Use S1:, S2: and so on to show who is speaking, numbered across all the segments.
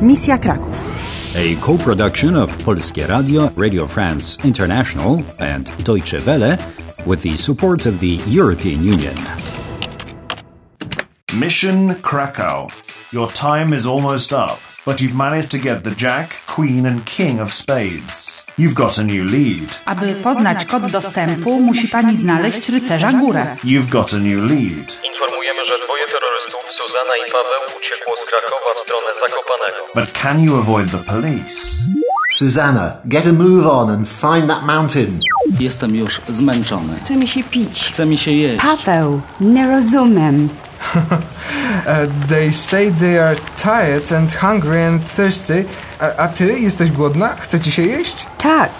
S1: Misja Kraków.
S2: A co-production of Polskie Radio, Radio France International and Deutsche Welle with the support of the European Union.
S3: Mission Krakow. Your time is almost up, but you've managed to get the Jack, Queen, and King of Spades. You've got a new lead.
S1: Aby poznać kod dostępu, musi pani znaleźć rycerza górę.
S3: You've got a new lead.
S4: Informujemy, że dwoje terrorystów, Suzana i Paweł, uciekło z Krakowa w stronę Zakopanego.
S3: But can you avoid the police?
S5: Susanna, get a move on and find that mountain.
S6: Jestem już zmęczony.
S7: Chce mi się pić.
S6: Chce mi się jeść.
S8: Paweł, nie rozumiem.
S9: Uh, they say they are tired and hungry and thirsty. A, a ty jesteś głodna? Chce ci się jeść?
S8: Tak,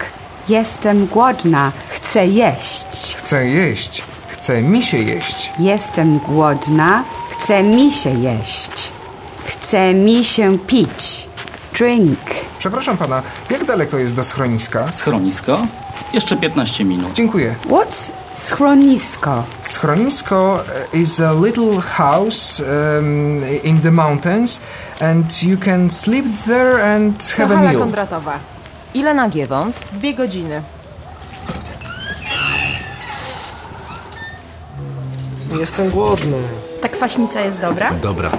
S8: jestem głodna. Chcę jeść.
S9: Chcę jeść. Chce mi się jeść.
S8: Jestem głodna. Chce mi się jeść. Chce mi się pić. Drink.
S9: Przepraszam pana, jak daleko jest do schroniska?
S6: Schronisko? Jeszcze 15 minut.
S9: Dziękuję.
S8: What's schronisko?
S9: Schronisko uh, is a little house um, in the mountains and you can sleep there and have a
S7: Kochana
S9: meal.
S7: Kondratowa. Ile na Giewont? Dwie godziny.
S10: Jestem głodny.
S11: Ta kwaśnica jest dobra?
S10: Dobra.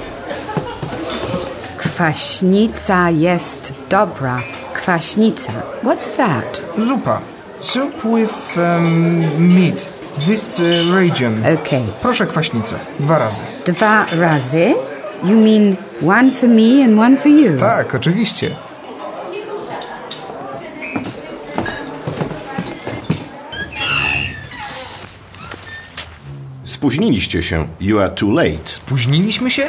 S8: Kwaśnica jest dobra. Kwaśnica. What's that?
S9: Zupa. Soup with um, meat. This uh, region.
S8: Okay.
S9: Proszę kwaśnicę. Dwa razy.
S8: Dwa razy? You mean one for me and one for you?
S9: Tak, oczywiście.
S12: Spóźniliście się. You are too late.
S9: Spóźniliśmy się?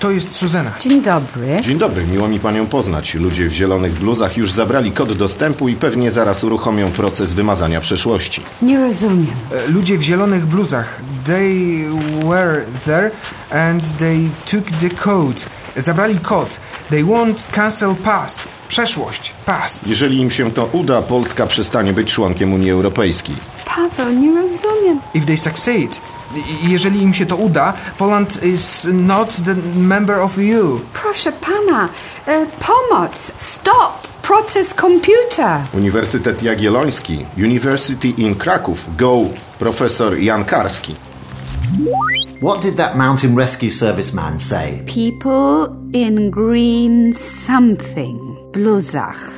S9: To jest Suzena.
S8: Dzień dobry.
S12: Dzień dobry, miło mi panią poznać. Ludzie w zielonych bluzach już zabrali kod dostępu i pewnie zaraz uruchomią proces wymazania przeszłości.
S8: Nie rozumiem.
S9: E, Ludzie w zielonych bluzach. They were there and they took the code. Zabrali kod. They want cancel past. Przeszłość. Past.
S12: Jeżeli im się to uda, Polska przestanie być członkiem Unii Europejskiej.
S8: Paweł, nie rozumiem.
S9: If they succeed. i- Jeżeli im się to uda, Poland is not the member of EU.
S8: Proszę pana, e, pomoc! Stop! Proces komputer!
S12: Uniwersytet Jagielloński, University in Kraków, go profesor Jan Karski.
S5: What did that mountain rescue service man say?
S8: People in green something. Bluzach.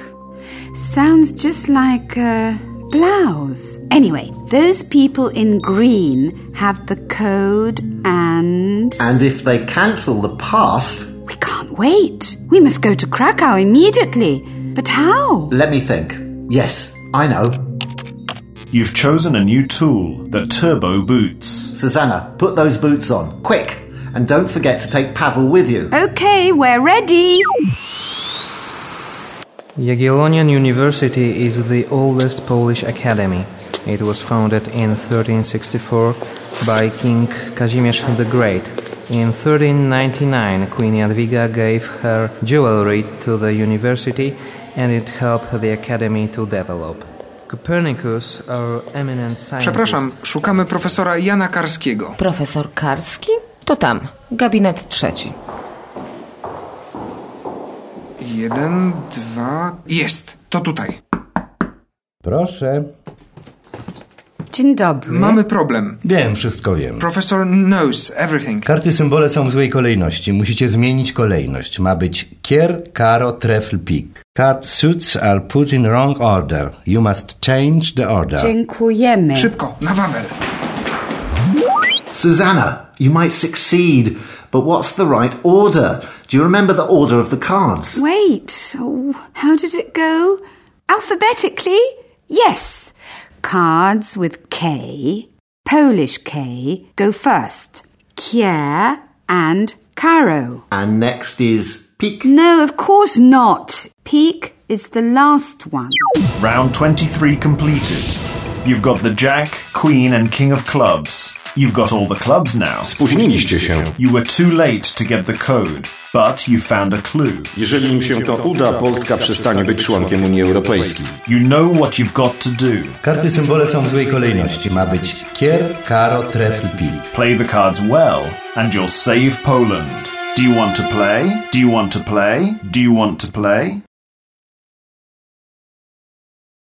S8: Sounds just like a blouse. Anyway, those people in green have the code and.
S5: And if they cancel the past,
S8: We can't wait. We must go to Krakow immediately. But how?
S5: let me think. Yes, I know.
S3: You've chosen a new tool, the Turbo Boots.
S5: Susanna, put those boots on, quick, and don't forget to take Pavel with you.
S8: Okay, we're ready.
S13: Jagiellonian University is the oldest Polish academy. It was founded in 1364 by King Kazimierz the Great. In 1399, Queen Jadwiga gave her jewelry to the university and it helped the academy to develop. Copernicus, our eminent scientist.
S9: Przepraszam, szukamy profesora Jana Karskiego.
S7: Profesor Karski? To tam, gabinet trzeci.
S9: Jeden, dwa. Jest! To tutaj.
S10: Proszę.
S8: Dzień dobry.
S9: Mamy problem.
S10: Wiem, wszystko wiem.
S9: Profesor knows everything.
S10: Karty symbole są w złej kolejności. Musicie zmienić kolejność. Ma być kier, karo, trefl, pik. Card suits are put in wrong order. You must change the order.
S8: Dziękujemy.
S9: Szybko, na wawel.
S5: Susanna, you might succeed, but what's the right order? Do you remember the order of the cards?
S8: Wait, oh, how did it go? Alphabetically? Yes. Cards with K, Polish K, go first. Kier and Caro.
S5: And next is pik.
S8: No, of course not. Peak is the last one.
S3: Round 23 completed. You've got the Jack, Queen, and King of Clubs. You've got all the clubs now.
S12: Spóźniliście się.
S3: You were too late to get the code, but you found a clue.
S12: Jeżeli im się to uda, Polska przestanie być członkiem Unii Europejskiej.
S3: You know what you've got to do.
S10: Karty symbole są w złej kolejności. Ma być kier, karo, trefl, pik.
S3: Play the cards well, and you'll save Poland. Do you want to play? Do you want to play? Do you want to play?